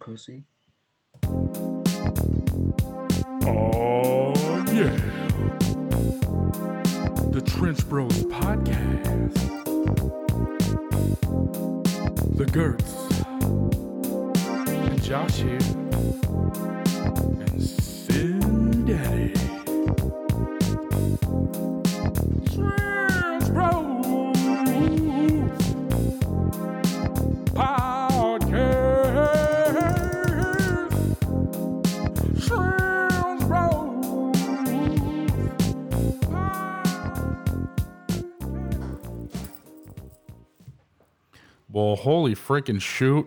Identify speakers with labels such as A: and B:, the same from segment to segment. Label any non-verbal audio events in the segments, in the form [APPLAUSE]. A: pussy.
B: Oh, yeah. The Trench Bros Podcast. The Gertz. And Josh here. And Sin Daddy. Trench Bros Podcast. Shroud's Rose. Well, holy freaking shoot.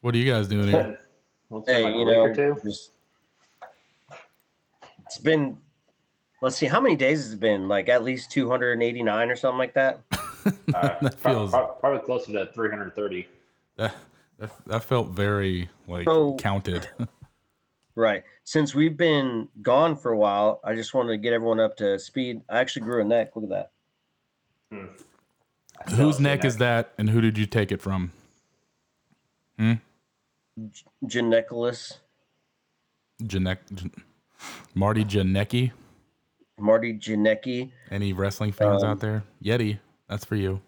B: What are you guys doing
A: [LAUGHS]
B: here?
C: Looks
A: Hey,
C: like a
A: you
C: week or
A: know,
C: [LAUGHS] two.
A: just- it's been. Let's see, how many days has it been? Like at least 289 or something like that.
C: Uh,
B: that
C: prob-
B: feels-
C: prob- probably closer to 330.
B: That, that, that felt very like
A: So- [LAUGHS]
B: counted. [LAUGHS]
A: Right. Since we've been gone for a while, I just wanted to get everyone up to speed. I actually grew a neck. Look at that.
C: I still
B: Whose
C: haven't seen
B: neck is that and who did you take it from?
A: Janecolis,
B: Janek Jan- Marty Janecki?
A: Marty Janecki,
B: Any wrestling fans
A: Um,
B: out there? Yeti, that's for you.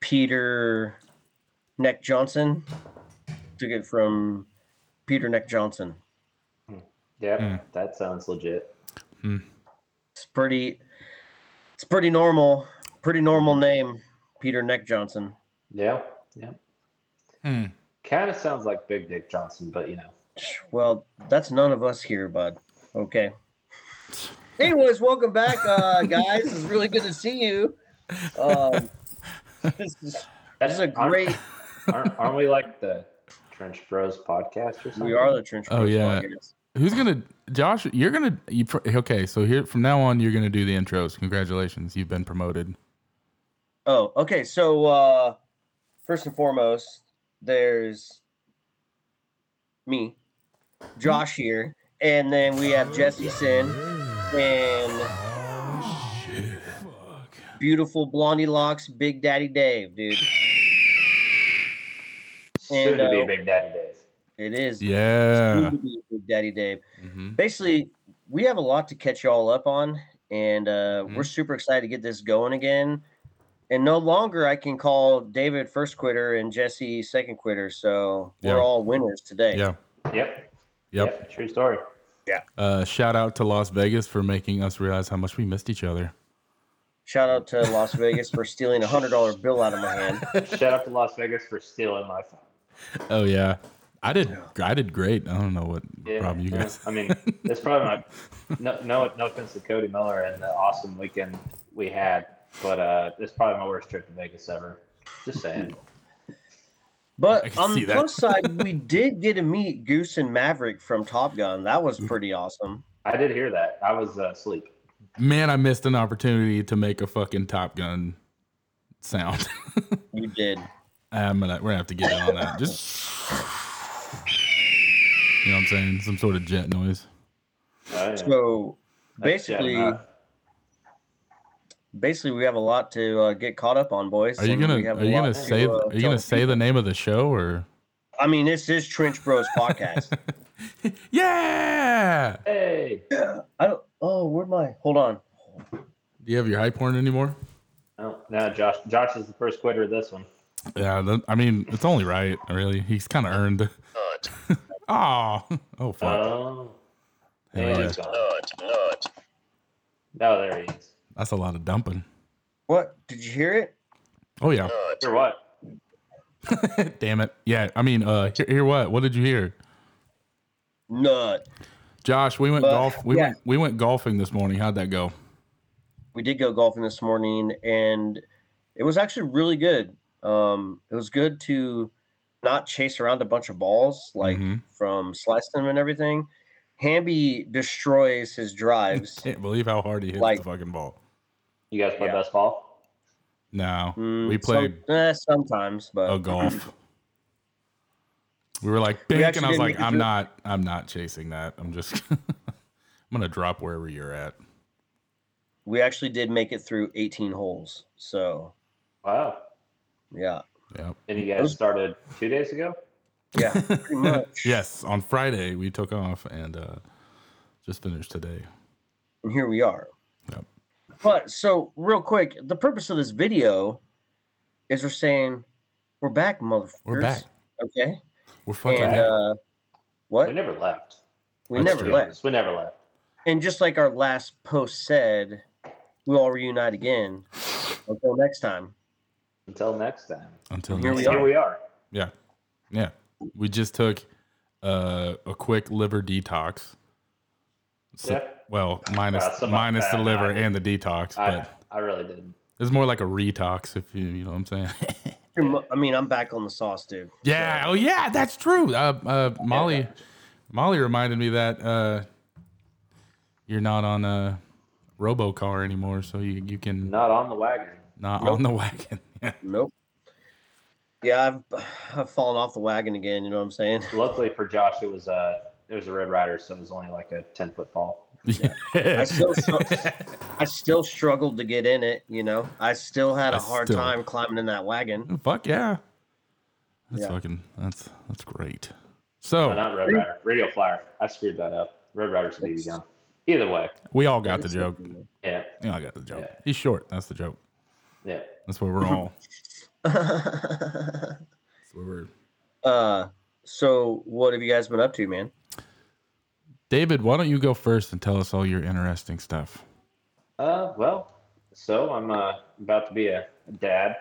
A: Peter Neck Johnson. Took it from Peter Neck Johnson.
C: Yep,
B: Mm.
C: that sounds legit.
A: It's pretty. It's pretty normal. Pretty normal name, Peter Neck Johnson.
C: Yeah, yeah.
B: Hmm.
C: Kind of sounds like Big Dick Johnson, but you know.
A: Well, that's none of us here, bud. Okay. Anyways, welcome back, uh, guys. It's really good to see you. Um, this, is, this is a
C: Aren't-
A: great.
C: Aren't, aren't we like the Trench Bros podcast or something?
A: We are the trench.
B: Oh,
A: Bros
B: yeah.
A: Podcast.
B: Who's gonna Josh? You're gonna you pr- okay. So here from now on, you're gonna do the intros. Congratulations, you've been promoted.
A: Oh, okay. So uh, first and foremost, there's me, Josh here, and then we have Jesse Sin and
B: Fuck.
A: beautiful blondie locks, Big Daddy Dave, dude.
C: Soon to be
A: and, uh,
C: Big Daddy Days.
A: It is
B: Yeah.
A: Big Daddy Dave.
B: Mm-hmm.
A: Basically, we have a lot to catch y'all up on, and uh,
B: Mm-hmm.
A: we're super excited to get this going again. And no longer I can call David first quitter and Jesse second quitter, so
B: Yeah.
A: we're all winners today.
B: Yeah.
C: Yep.
B: Yep.
C: True story.
B: Uh, shout out to Las Vegas for making us realize how much we missed each other.
A: Shout out to Las Vegas for stealing a hundred dollar bill out of my
B: [LAUGHS]
A: hand.
C: Shout out to Las Vegas for stealing my phone.
B: Oh yeah, I did. I did great. I don't know what
C: Yeah,
B: problem you
C: yeah.
B: guys.
C: I mean, it's probably
B: [LAUGHS]
C: my no, no, no offense to Cody Miller and the awesome weekend we had, but uh, it's probably my worst trip to Vegas ever. Just saying.
B: I
A: But
B: can
A: on
B: see
A: the
B: that.
A: plus side,
B: [LAUGHS]
A: we did get to meet Goose and Maverick from Top Gun. That
B: Mm-hmm.
A: was pretty awesome.
C: I did hear that. I was uh, asleep.
B: Man, I missed an opportunity to make a fucking Top Gun sound.
A: You did.
B: I'm gonna. We're gonna have to get in on that. Just. You know what I'm saying? Some sort of jet noise.
C: Oh, yeah.
A: So
C: That's jet
A: basically,
C: enough.
A: basically we have a lot to uh, get caught up on boys
B: Are you
A: and
B: gonna
A: we have a
B: Are you
A: lot
B: gonna
A: to,
B: say
A: uh,
B: Are you
A: tell
B: gonna say the
A: people.
B: name of the show or? [LAUGHS]
A: i mean this is trench bros podcast
B: Yeah.
C: hey,
A: [LAUGHS] i don't oh where am i hold on
B: Do you have your hype horn anymore?
C: oh, no, Josh. Josh is the first quitter of this one.
B: Yeah. That, I mean, it's only right. Really, he's kind of earned. [LAUGHS] Oh. Oh
A: Uh,
B: fuck.
C: Oh,
B: Hell
C: yeah,
B: yeah.
C: he's gone. No, Oh, there he is.
B: That's a lot of dumping.
A: what did you hear it
B: Oh yeah. [LAUGHS]
C: Or what?
B: Damn it. Yeah. I mean, uh, hear, hear what? What did you hear?
A: nut
B: Josh, we went
A: But,
B: golf. We
A: yeah.
B: went we went golfing this morning. How'd that go?
A: we did go golfing this morning and it was actually really good um it was good to not chase around a bunch of balls like
B: Mhm.
A: from slicing them and everything hamby destroys his [LAUGHS] drives
B: Can't believe how hard he hits
A: Like-
B: the fucking ball.
C: You guys play
A: Yeah.
C: best ball?
B: No,
A: Mm,
B: we
A: some-
B: played
A: eh, sometimes but
B: a golf. We were like
A: We
B: big,
A: actually
B: and I was
A: didn't
B: like,
A: make it
B: I'm
A: through-
B: not, I'm not chasing that. I'm just, [LAUGHS] I'm gonna drop wherever you're at.
A: we actually did make it through 18 holes so
C: Wow.
A: yeah
B: Yep.
C: And you
A: Those-
C: guys started two days ago?
A: [LAUGHS] Yeah, pretty much.
B: [LAUGHS] Yes, on Friday we took off and uh, just finished today.
A: And here we are.
B: Yep.
A: But so, real quick, the purpose of this video is we're saying we're back, motherfuckers.
B: We're back.
A: Okay.
B: We're fucking
A: and
B: back.
A: uh,
C: We
A: what?
C: never left.
A: We
B: That's
A: never
B: true.
A: left.
C: We never left.
A: And just like our last post said, we all reunite again. Until next time.
C: Until next time.
B: until
A: uh, here
B: next
A: we
B: time.
A: are.
C: Here we are.
B: Yeah. Yeah. We just took uh, a quick liver detox. So-
C: Yeah.
B: Well, minus
C: That's about
B: minus the
C: bad.
B: liver
C: I-
B: and the detox,
C: I,
B: but
C: I really didn't.
B: it's more like a retox if you you know what I'm saying. [LAUGHS]
A: Pretty mu- I mean, I'm back on the sauce, dude.
B: yeah, oh yeah, that's true. Uh, uh, Molly Molly reminded me that uh, you're not on a RoboCar anymore, so you you can
C: Not on the wagon.
B: not
A: Nope.
B: on the wagon. [LAUGHS] Yeah.
A: Nope. Yeah, I've I've fallen off the wagon again. You know what I'm saying?
C: Luckily for Josh, it was uh, it was a Red Rider, so it was only like a ten foot fall.
A: I
B: [LAUGHS]
A: still, stru- I still struggled to get in it. You know, I still had a
B: I
A: hard
B: still-
A: time climbing in that wagon.
B: Fuck yeah. That's
A: Yeah.
B: fucking that's that's great.
C: Oh,
B: So
C: not Red Rider. Radio Flyer. I screwed that up. Red Rider's a BB gun. Either way.
B: we all got the joke.
C: Yeah.
B: You know, I got the joke.
C: Yeah.
B: He's short. That's the joke.
C: Yeah.
B: That's where we're all.
A: uh,
B: that's where we're.
A: so what have you guys been up to, man?
B: David, why don't you go first and tell us all your interesting stuff?
C: Uh, well, so I'm uh, about to be a dad.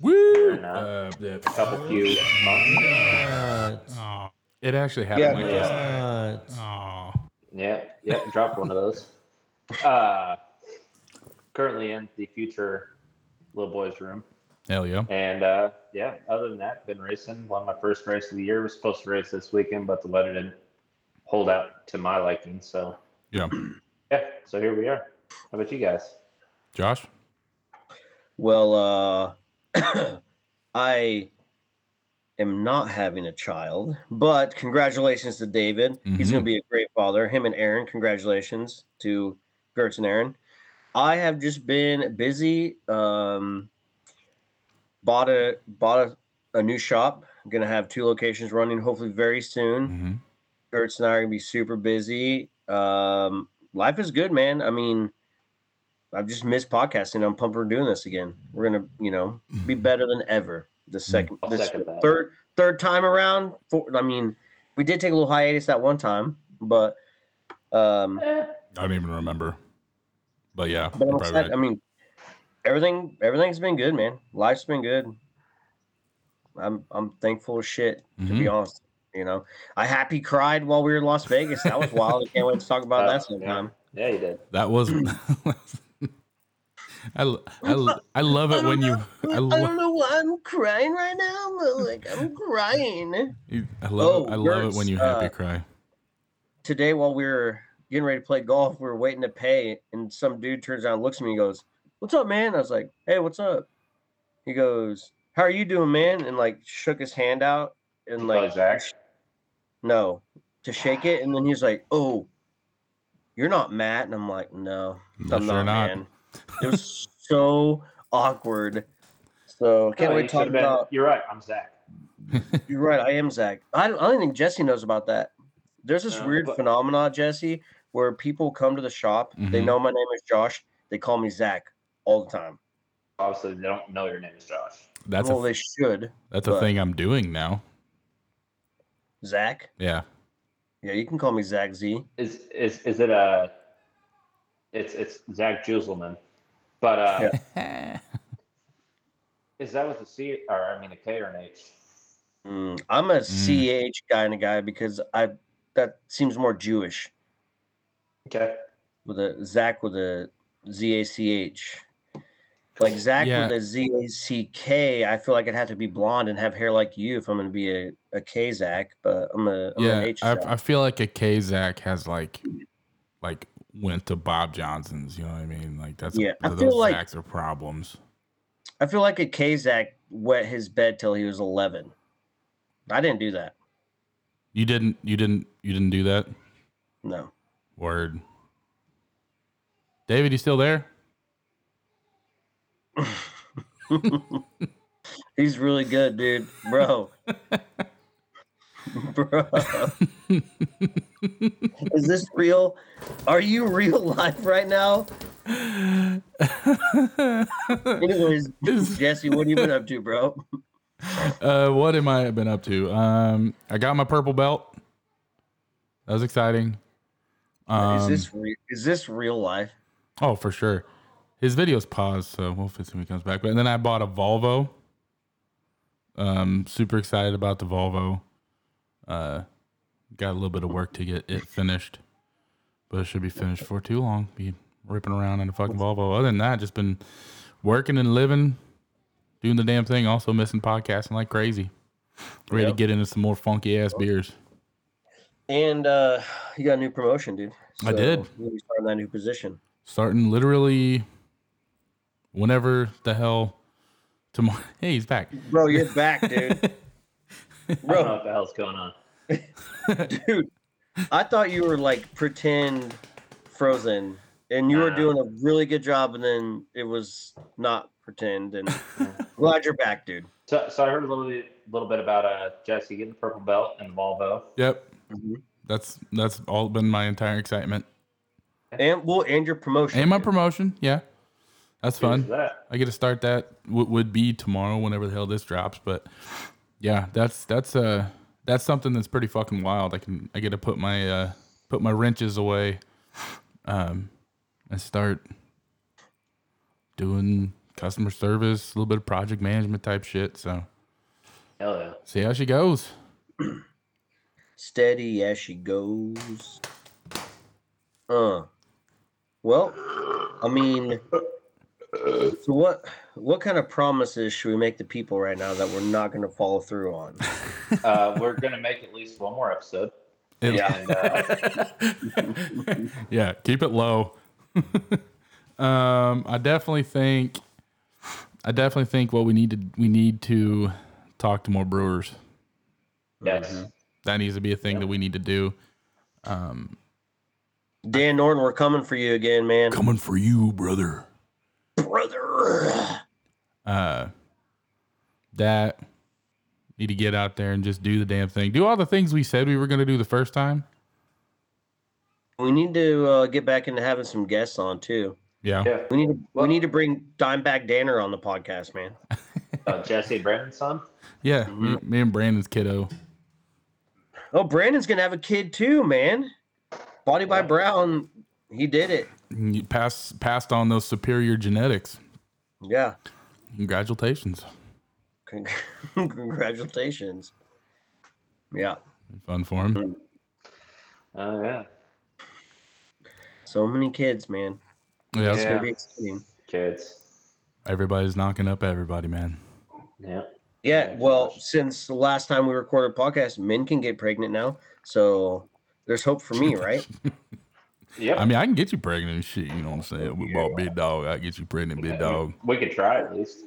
B: Woo!
C: enough.
B: Uh, yeah.
C: A couple few months.
B: Aw. It actually happened
A: Yeah.
B: like this. Aw.
C: Yeah, yeah, dropped one of those. Uh, currently in the future little boy's room,
B: Hell yeah.
C: and uh, yeah. Other than that, been racing. Won my first race of the year. Was supposed to race this weekend, but the weather didn't hold out to my liking. So
B: Yeah.
C: yeah, so here we are. How about you guys?
B: Josh?
A: Well, uh, [CLEARS THROAT] I am not having a child, but congratulations to David. He's going to be a great father. Him and Aaron, congratulations to Gertz and Aaron. I have just been busy. Um, bought a bought a, a new shop. I'm going to have two locations running hopefully very soon.
B: Mm-hmm.
A: Gertz and I are gonna be super busy. Um, life is good, man. I mean, I've just missed podcasting. I'm pumped we're doing this again. We're gonna, you know, be better than ever. The second,
C: Mm-hmm. I'll
A: this
C: second that.
A: third, third time around. Four, I mean, we did take a little hiatus that one time, but um,
C: Eh,
B: I don't even remember. But yeah.
A: but
B: you're
A: I'm
B: probably
A: excited.
B: right.
A: I mean, everything, everything's been good, man. Life's been good. I'm, I'm thankful as shit to be
B: Mhm.
A: honest. You know, I happy cried while we were in Las Vegas. That was wild. I can't wait to talk
B: [LAUGHS]
A: about that
B: Uh,
C: Oh, yeah.
A: sometime.
C: Yeah, you did.
B: That was. [LAUGHS] I, l- I, l- I love it when you. I, lo-
A: know why I'm crying right now, but like [LAUGHS] I'm crying.
B: you- I love,
A: Oh,
B: it, I love it when
A: Gertz,
B: you happy
A: uh,
B: cry.
A: Today, while we were getting ready to play golf, we were waiting to pay, and some dude turns around, and looks at me, and goes, "What's up, man?" I was like, "Hey, what's up?" He goes, "How are you doing, man?" And like shook his hand out, and
C: Probably
A: like
C: Zach.
A: no, to shake it, and then he's like, "Oh, you're not Matt," and I'm like, "No,
B: Yes,
A: I'm
B: you're
A: not,
B: not.
A: man." It was so awkward. So can't
C: No,
A: wait
C: you
A: to talk
C: should've been-
A: about.
C: You're right. I'm Zach.
A: You're right. I am Zach. I don't, I don't think Jesse knows about that. There's this
C: No,
A: weird
C: but-
A: phenomenon, Jesse, where people come to the shop. They
B: Mhm.
A: know my name is Josh. They call me Zach all the time.
C: Obviously, they don't know your name is Josh.
B: That's
A: well,
B: a,
A: they should.
B: that's a
A: but-
B: thing I'm doing now.
A: Zach. [LAUGHS]
B: Yeah.
A: Yeah, you can call me Zach Z.
C: is is is it a it's it's Zach Juselman. But uh
A: Yeah.
C: is that with a C or I mean a K or an H?
A: Mm, I'm a CH guy and a guy because I that seems more Jewish
C: Okay.
A: with a Zach with a Z A C H. Like Zach
B: Yeah.
A: with a Z A C K, I feel like I'd have to be blonde and have hair like you if I'm going to be a, a K Zach, but I'm a I'm an
B: yeah,
A: H
B: I,
A: Zach.
B: I feel like a K Zach has like, like went to Bob Johnson's. You know what I mean? Like that's
A: Yeah, I
B: those
A: feel like-
B: Zachs are problems.
A: I feel like a Kazak wet his bed till he was 11. I didn't do that.
B: You didn't, you didn't, you didn't do that.
A: No. [LAUGHS]
B: Word. David, you still there? [LAUGHS]
A: He's really good, dude. Bro. [LAUGHS]
B: [LAUGHS]
A: Bro. Is this real? Are you real life right now? Anyways,
B: Is-
A: Jesse, what have you been up to, bro?
B: Uh, what am I been up to? Um, I got my purple belt. That was exciting. Um,
A: is this re- is this real life?
B: Oh, for sure. His video's paused, so we'll fix it when he comes back. But and then I bought a Volvo. Um, super excited about the Volvo. Uh, got a little bit of work to get it finished, but it should be finished for too long. Be ripping around in a fucking Volvo. Other than that, just been working and living, doing the damn thing. Also missing podcasting like crazy. Ready
A: Yep.
B: to get into some more funky ass beers.
A: And uh, you got a new promotion, dude.
B: I did.
A: You'll be starting that new position.
B: starting literally whenever the hell tomorrow. [LAUGHS] Hey, he's back.
A: Bro, you're back,
B: [LAUGHS]
A: dude.
C: I don't know
A: Bro,
C: what the hell's going on.
A: dude, I thought you were like pretend frozen, and you were
C: Nah.
A: doing a really good job, and then it was not pretend.
B: [LAUGHS]
A: And glad you're back, dude.
C: So, so I heard a little bit, little bit about uh, Jesse getting the purple belt and the Volvo.
B: Yep,
A: Mhm.
B: that's that's all been my entire excitement
A: And well, and your promotion.
B: and my
A: dude.
B: promotion. Yeah, that's
C: Who's
B: fun.
C: that?
B: I get to start that w- would be tomorrow whenever the hell this drops. But yeah, that's that's uh that's something that's pretty fucking wild. I can I get to put my uh put my wrenches away, um, and start doing customer service, a little bit of project management type shit. So.
C: Hell yeah.
B: See how she goes.
A: steady as she goes. Uh, well, I mean, so what? What kind of promises should we make the people right now that we're not going to follow through on?
C: Uh, [LAUGHS] we're gonna make at least one more episode.
B: It-
C: And, uh,
B: [LAUGHS] yeah, keep it low. [LAUGHS] um, I definitely think, I definitely think what we need to we need to talk to more brewers.
C: yes.
A: Mm-hmm.
B: That needs to be a thing that we need to do. Um,
A: Dan Norton, we're coming for you again, man,
B: coming for you, brother.
A: brother.
B: Uh, that need to get out there and just do the damn thing. Do all the things we said we were going to do the first time.
A: We need to uh, get back into having some guests on too.
B: Yeah.
C: Yeah.
A: We need to we need to bring Dimebag Danner on the podcast, man.
C: Uh, Jesse and Brandon's son.
B: Yeah. Me, me and Brandon's kiddo.
A: Oh, Brandon's gonna have a kid too, man. Body by Brown, he did it.
B: You pass passed on those superior genetics.
A: Yeah.
B: Congratulations.
A: Con- [LAUGHS] Congratulations. Yeah.
B: Fun for him.
C: Oh yeah.
A: So many kids, man.
B: Yeah.
A: It's
B: it's-
A: gonna
C: Yeah.
A: be exciting.
C: Kids.
B: Everybody's knocking up everybody, man.
C: Yeah.
A: Yeah.
C: Yeah,
A: Well,
C: gosh.
A: since the last time we recorded a podcast, men can get pregnant now. So there's hope for
B: [LAUGHS]
A: me, right?
C: Yep.
B: I mean, I can get you pregnant and shit. You know what I'm saying? We bought Big Dog. I can get you pregnant, Big Dog.
C: We could try at least.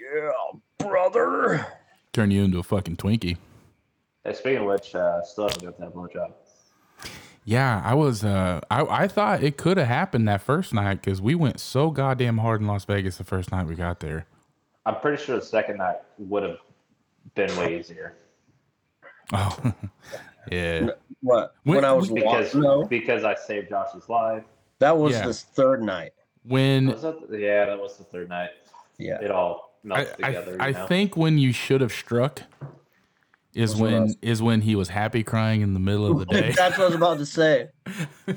A: yeah, brother.
B: Turn you into a fucking Twinkie.
C: Hey, speaking of which, uh, still haven't got that blowjob.
B: Yeah, I was. Uh, I I thought it could have happened that first night because we went so goddamn hard in Las Vegas the first night we got there. [LAUGHS]
C: I'm pretty sure the second night would have been way easier
B: Oh, yeah.
A: What? When,
B: When-
A: I was
B: when-
A: lost?
C: because
A: No,
C: because I saved Josh's life.
A: that was
B: Yeah.
A: the third night.
B: When
C: Was that the- yeah, that was the third night.
A: Yeah.
C: It all
B: I,
C: melts
B: I,
C: together.
B: I
C: you know?
B: think when you should have struck is
A: That's what I
B: when
A: was-
B: is when he was happy crying in the middle
C: [LAUGHS]
B: of
A: [LAUGHS]
B: the day.
A: That's what I was about to say.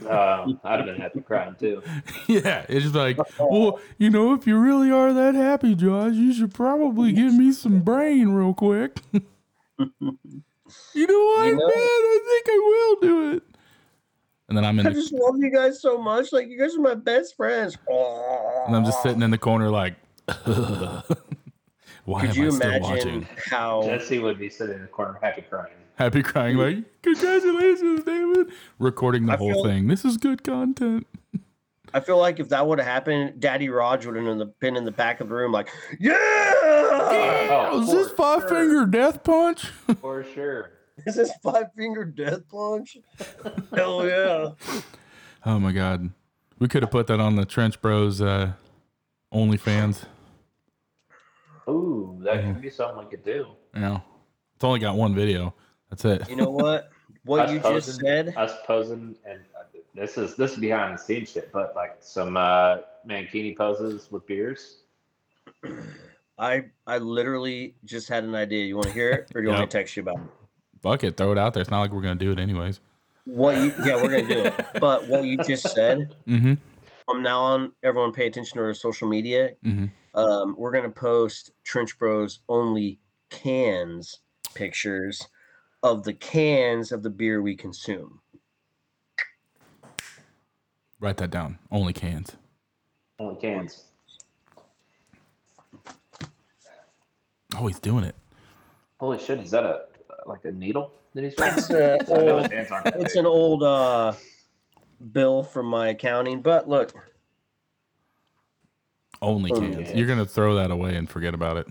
C: um, I'd have been happy crying too.
B: [LAUGHS] Yeah, it's just like, well, you know, if you really are that happy, Josh, you should probably give me some brain real quick. [LAUGHS] you know what,
A: You know-
B: man? I think I will do it. And then I'm in,
A: I
B: the,
A: just love you guys so much. Like you guys are my best friends.
B: and I'm just sitting in the corner like, [LAUGHS] why
A: Could
B: am
A: you
B: I still
A: imagine
B: watching?
A: how
C: Jesse would be sitting in the corner happy crying.
B: Happy crying like, congratulations, David. Recording the
A: I
B: whole
A: feel-
B: thing. This is good content.
A: I feel like if that would have happened, Daddy Raj would have been in the back of the room, like, yeah,
C: [LAUGHS] Oh,
B: is this
C: for
B: five finger death punch?
C: For sure.
A: is this five finger death punch? Hell yeah.
B: Oh my god, we could have put that on the Trench Bros uh, OnlyFans.
C: Ooh, that could be something we could do.
B: Yeah, it's only got one video. That's it.
A: You know what? What
C: Us
A: you just
C: posing-
A: said.
C: Us posing, and uh, this is this is behind the scenes shit, but like some uh, mankini poses with beers.
A: I I literally just had an idea. You want to hear it, or do you want me
B: Yep.
A: to text you about it?
B: [LAUGHS] Fuck it, throw it out there. It's not like we're gonna do it anyways.
A: What? You, yeah, we're gonna do it. But what you just said
B: Mm-hmm.
A: from now on, everyone pay attention to our social media.
B: Mm-hmm.
A: Um, we're gonna post Trench Bros only cans pictures of the cans of the beer we consume.
B: Write that down. Only cans.
C: Only cans.
B: Oh, he's doing it.
C: Holy shit! Is that a like a needle that he's wearing?
A: It's, uh,
C: I know
A: old-
C: his hands aren't that
A: it's
C: big.
A: an old uh, bill from my accounting, but look,
B: Only
A: Oh,
B: cans.
C: yeah.
B: You're gonna throw that away and forget about it.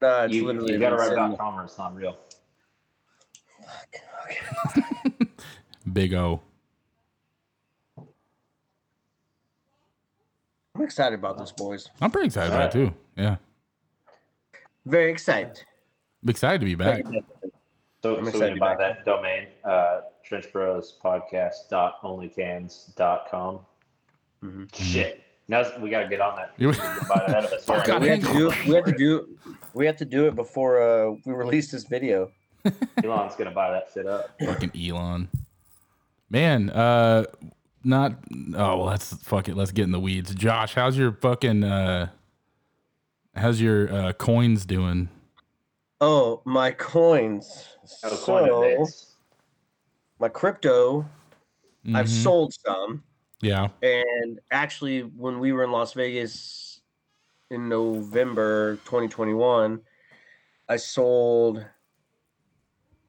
A: uh, it's
C: you,
A: literally
C: you gotta
A: been
C: write
A: sitting
C: dot
A: there.
C: com or it's not real.
B: Big O.
A: I'm excited about this, boys.
B: I'm pretty excited about it too. Yeah,
A: Very excited.
B: I'm excited to be back.
C: So,
A: I'm excited
C: so we
A: to
C: can
A: be
C: buy
A: back.
C: that domain, uh, trenchbrospodcast.onlycans.com. Mm-hmm.
A: Mhm.
C: Shit. Now we got to get
B: [LAUGHS]
C: on that.
B: You-
C: We can buy it ahead of us.
B: Fuck,
A: Yeah,
B: I
A: we have
B: didn't
A: to do it. We have to do it. We have to do it before uh, we release this video.
C: [LAUGHS] Elon's going to buy that shit up.
B: Fucking Elon. Man, uh, not. Oh, well, let's fuck it. Let's get in the weeds. Josh, how's your fucking uh, how's your uh coins doing?
A: Oh, my coins!
C: Oh,
A: so
C: coin updates.
A: my crypto, I've
B: Mhm.
A: sold some,
B: Yeah.
A: and actually, when we were in Las Vegas in November 2021, I sold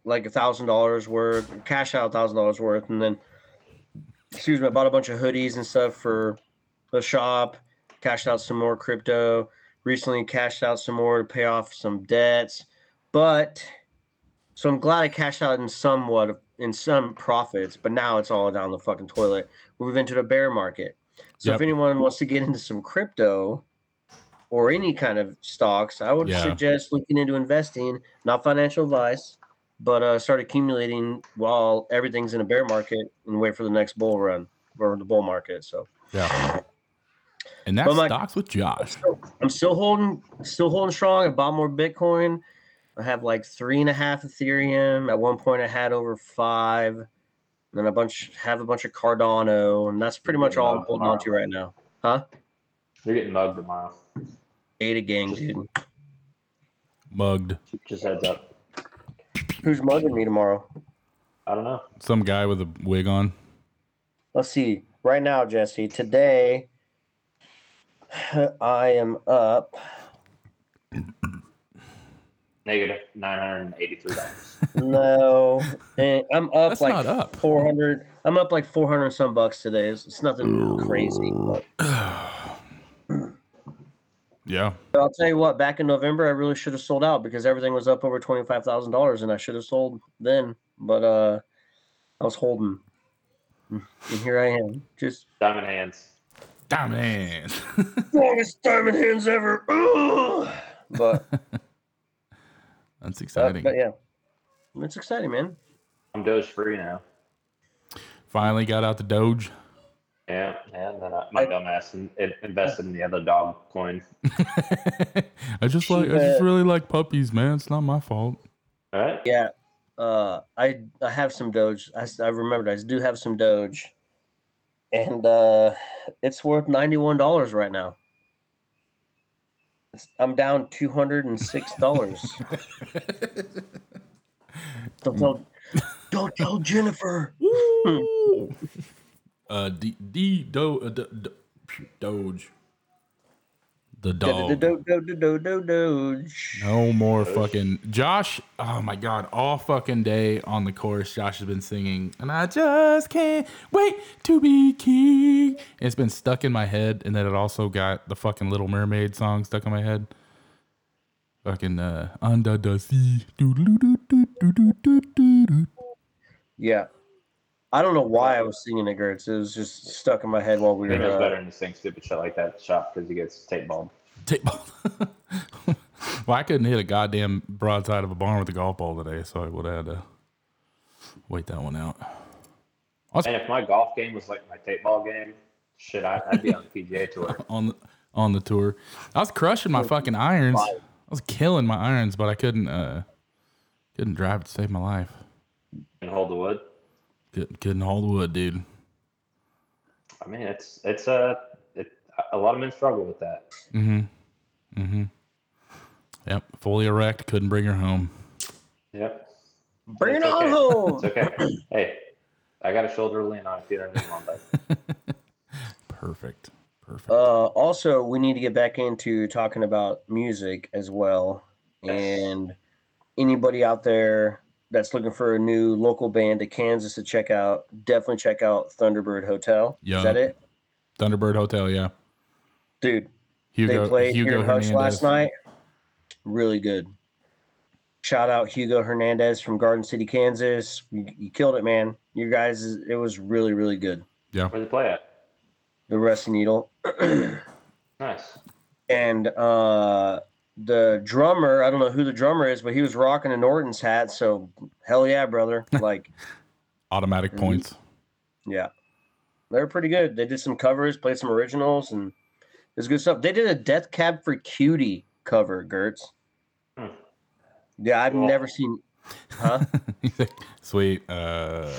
A: like a thousand dollars worth, cash out a thousand dollars worth, and then excuse me, I bought a bunch of hoodies and stuff for the shop, cashed out some more crypto, recently cashed out some more to pay off some debts. But so I'm glad I cashed out in somewhat of- in some profits, but now it's all down the fucking toilet. We've entered a bear market. So
B: Yep.
A: if anyone wants to get into some crypto or any kind of stocks, I would
B: Yeah.
A: suggest looking into investing, not financial advice, but uh, start accumulating while everything's in a bear market and wait for the next bull run or the bull market. So
B: Yeah. And that's
A: But my-
B: stocks with Josh.
A: I'm still holding, still holding strong. I bought more Bitcoin. I have like three and a half Ethereum. At one point, I had over five. And then a bunch have a bunch of Cardano, and that's pretty much all I'm holding on to right now.
C: You're getting mugged tomorrow.
A: Ada gang, dude.
B: Mugged.
C: Just heads up.
A: Who's mugging me tomorrow?
C: I don't know.
B: Some guy with a wig on.
A: Let's see. Right now, Jesse. Today, [SIGHS] I am up
C: Negative [LAUGHS] $983.
A: No, and I'm up
B: That's
A: like
B: not up.
A: four hundred. I'm up like four hundred some bucks today. It's, it's nothing crazy. But
B: Yeah.
A: but I'll tell you what. Back in November, I really should have sold out because everything was up over twenty five thousand dollars, and I should have sold then. But uh, I was holding, and here I am, just
C: Diamond hands.
B: Diamonds.
A: strongest diamond hands ever. Ugh! But,
B: [LAUGHS] that's
A: but
B: exciting.
A: but yeah, it's exciting, man.
C: I'm Doge free now.
B: Finally got out the Doge. [LAUGHS]
C: Yeah, yeah. And then I, my
A: I-
C: dumbass in, in, invested in the other dog coin.
B: I just like I just really like puppies, man. It's not my fault.
C: All right.
A: Yeah, uh, I I have some Doge. I, s- I remembered I do have some Doge, and uh, it's worth ninety one dollars right now. It's, I'm down two hundred and six dollars. don't tell, don't tell
C: [LAUGHS]
A: Jennifer.
B: [LAUGHS] uh, D D Do uh, d, d, Doge. The dog.
A: Do- do- do- do- do- do- Doge.
B: No more fucking Josh. Oh my god, all fucking day on the course, Josh has been singing, and I just can't wait to be king. It's been stuck in my head, and then it also got the fucking Little Mermaid song stuck in my head. Fucking uh, under the sea. Doo-doo-doo-doo-doo-doo-doo-doo-doo.
A: Yeah, I don't know why I was singing it, Gertz. It was just stuck in my head while we
C: He
A: were.
C: knows
A: Uh,
C: better than to sing stupid shit like that shop because he gets tape balled.
B: Take ball. [LAUGHS] well, I couldn't hit a goddamn broadside of a barn with a golf ball today, so I would have had to wait that one out. Also-
C: And if my golf game was like my tape ball game, shit, I, I'd be on the PGA tour.
B: on the, on the tour. I was crushing my fucking irons. I was killing my irons, but I couldn't uh couldn't drive to save my life.
C: and hold the wood.
B: Couldn't, couldn't hold wood, dude.
C: I mean, it's it's uh, it, a lot of men struggle with that.
B: Mm-hmm. Mm-hmm. Yep. Fully erect. Couldn't bring her home. [LAUGHS]
C: Yep,
A: Bring it on
C: It's okay.
A: home.
C: it's
A: [CLEARS THROAT]
C: okay. hey, I got a shoulder to lean on if you don't need one, but
B: Perfect. Perfect.
A: Uh, also, we need to get back into talking about music as well. And anybody out there that's looking for a new local band to Kansas to check out, definitely check out Thunderbird Hotel.
B: Yeah.
A: Is that it?
B: Thunderbird Hotel, yeah.
A: Dude,
B: Hugo
A: they played
B: Hugo
A: here in Hush
B: Hernandez.
A: last night. Really good. Shout out Hugo Hernandez from Garden City, Kansas. You, you killed it, man. You guys, it was really, really good.
C: where they play at?
A: The Rusty Needle.
C: Nice.
A: and uh the drummer i don't know who the drummer is but he was rocking a norton's hat so hell yeah brother like
B: Automatic
A: Mhm.
B: points.
A: yeah they're pretty good they did some covers played some originals and it's good stuff they did a death cab for cutie cover gertz
C: Hmm.
A: yeah i've
C: Cool.
A: never seen huh
B: [LAUGHS] He's like, Sweet. Uh,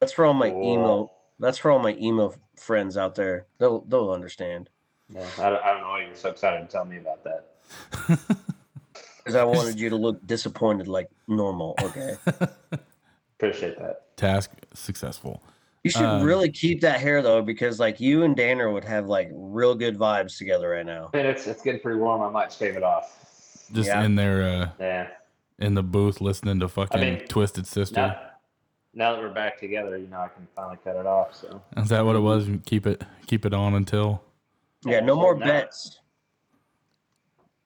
A: that's for all
C: [LAUGHS]
A: my
C: Cool.
A: emo that's for all my emo friends out there they'll they'll understand
C: Yeah, I, don't, I don't know why you're so excited to tell me about that.
A: because i wanted you to look disappointed like normal okay
C: Appreciate that.
B: task successful.
A: You should
B: Um,
A: really keep that hair though, because like you and Danner would have like real good vibes together right now.
C: I mean, it's it's getting pretty warm. I might shave it off.
B: Just
A: Yeah.
B: in their uh
C: Yeah.
B: in the booth listening to fucking
C: mean,
B: Twisted Sister.
C: Now, now that we're back together, you know, I can finally cut it off. So
B: Is that what it was? You Keep it keep it on until
A: Yeah, no
C: Oh,
A: more
C: no.
A: bets.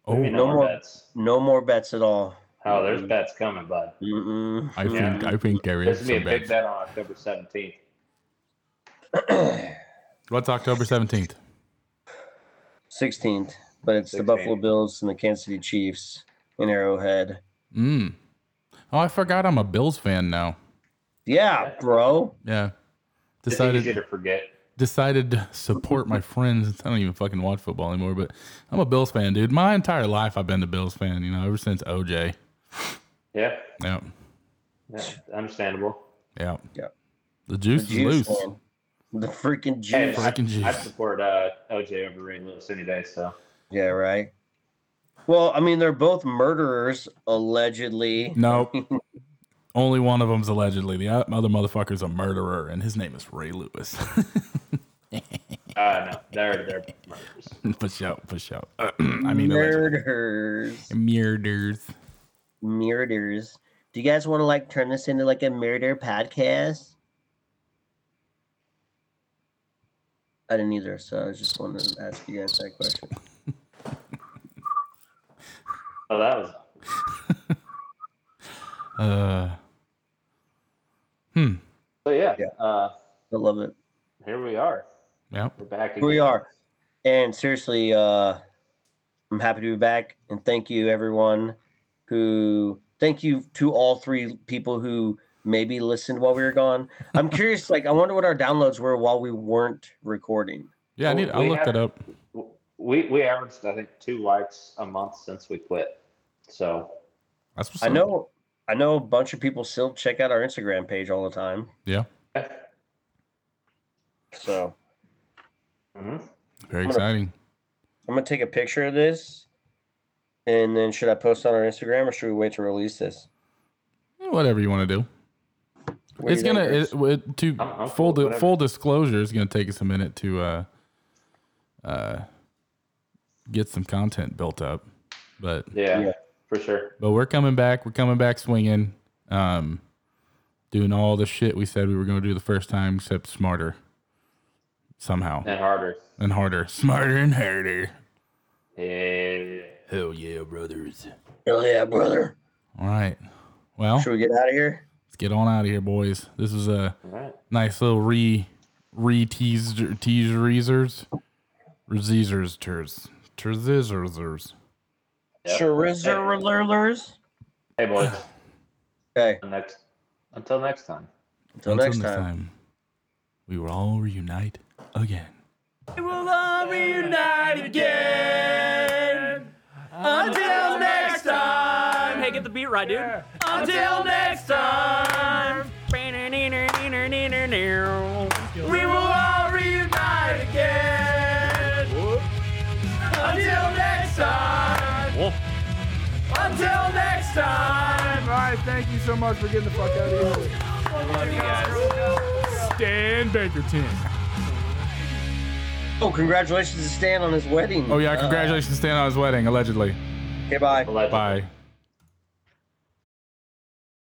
B: oh
C: Maybe
A: no
C: no more
A: more-
C: bets.
A: No more bets at all.
C: Oh, there's bets coming, bud.
A: Mm-mm.
B: I think
C: Yeah.
B: I think there
C: There's
B: is
C: gonna
B: some
C: be a big
B: bets.
C: bet on October 17th.
B: What's October seventeenth?
A: 16th, but it's the
C: 16th.
A: Buffalo Bills and the Kansas City Chiefs in Arrowhead.
B: Mm. Oh, I forgot I'm a Bills fan now.
A: Yeah, bro.
B: Yeah.
C: It's easy
B: Decided
C: to forget.
B: decided to support my friends. I don't even fucking watch football anymore, but I'm a Bills fan, dude. My entire life I've been a Bills fan, you know, ever since OJ.
C: Yeah,
B: Yep.
C: yeah understandable.
B: Yep.
A: Yep.
B: The juice
A: The
B: is
A: juice,
B: loose.
A: man. The freaking juice.
C: Hey, I,
B: Freaking juice.
C: I support uh, OJ over Ray Lewis any day. So
A: Yeah, right. Well, I mean, they're both murderers, allegedly. [LAUGHS]
B: Nope. Only one of them's allegedly. The other motherfucker's a murderer, and his name is Ray Lewis. [LAUGHS]
C: uh, no, they're they're murderers.
B: push out, push out. [CLEARS THROAT] I mean, allegedly.
A: murderers.
B: murders.
A: Murders. Do you guys want to like turn this into like a murder podcast? I didn't either, so I was just wanted to ask you guys that question.
C: Oh, that was
B: Uh, hmm.
C: so. Yeah,
A: Yeah.
C: Uh,
A: I love it.
C: here we are.
B: Yep.
C: We're back.
A: Here we are. And seriously, uh, I'm happy to be back. And thank you, everyone who, thank you to all three people who maybe listened while we were gone. I'm curious, like, I wonder what our downloads were while we weren't recording.
B: Yeah, I need. I
C: We
B: looked
C: have-
B: it up.
C: W- We we averaged I think two likes a month since we quit. So
B: That's what's
A: I
B: up.
A: know I know a bunch of people still check out our Instagram page all the time.
B: Yeah.
A: So
B: Very
C: mhm.
A: I'm gonna-
B: exciting.
A: I'm gonna take a picture of this and then should I post on our Instagram or should we wait to release this?
B: Yeah, Eh, Whatever you want to do.
A: What do you
B: it's
A: think,
B: gonna it,
A: Chris?
B: it, to
C: I'm- I'm
B: full
C: cool,
B: di-
C: whatever.
B: full disclosure. It's gonna take us a minute to uh, uh, get some content built up, but
C: yeah,
A: Yeah.
C: for sure.
B: but we're coming back. We're coming back swinging, um, doing all the shit we said we were gonna do the first time, except smarter somehow
C: And harder.
B: and harder, [LAUGHS] smarter and harder.
C: Yeah.
B: Hell yeah, brothers!
A: Hell yeah, brother.
B: All right, well,
A: Should we get out of here?
B: let's get on out of here, boys. This was a
C: All right.
B: nice little re re teaser teasers teasers tears teasers
C: Yep.
A: Sure, is there
C: Hey.
A: lurlers?
C: Hey boys.
A: Okay.
C: Next, until next time.
A: Until, next, time.
B: we will all reunite again.
D: We will all reunite again. Until next time. Hey, get the beat right, dude. Until next time. We will all reunite again. Until next time. Until next time.
E: All right, thank you so much for getting the fuck out of here. Stan Bakerton.
A: Oh, congratulations to Stan on his wedding.
E: Oh,
B: Oh yeah, congratulations, Stan, on his wedding, allegedly.
A: Uh, okay, bye.
C: Allegedly.
B: Bye.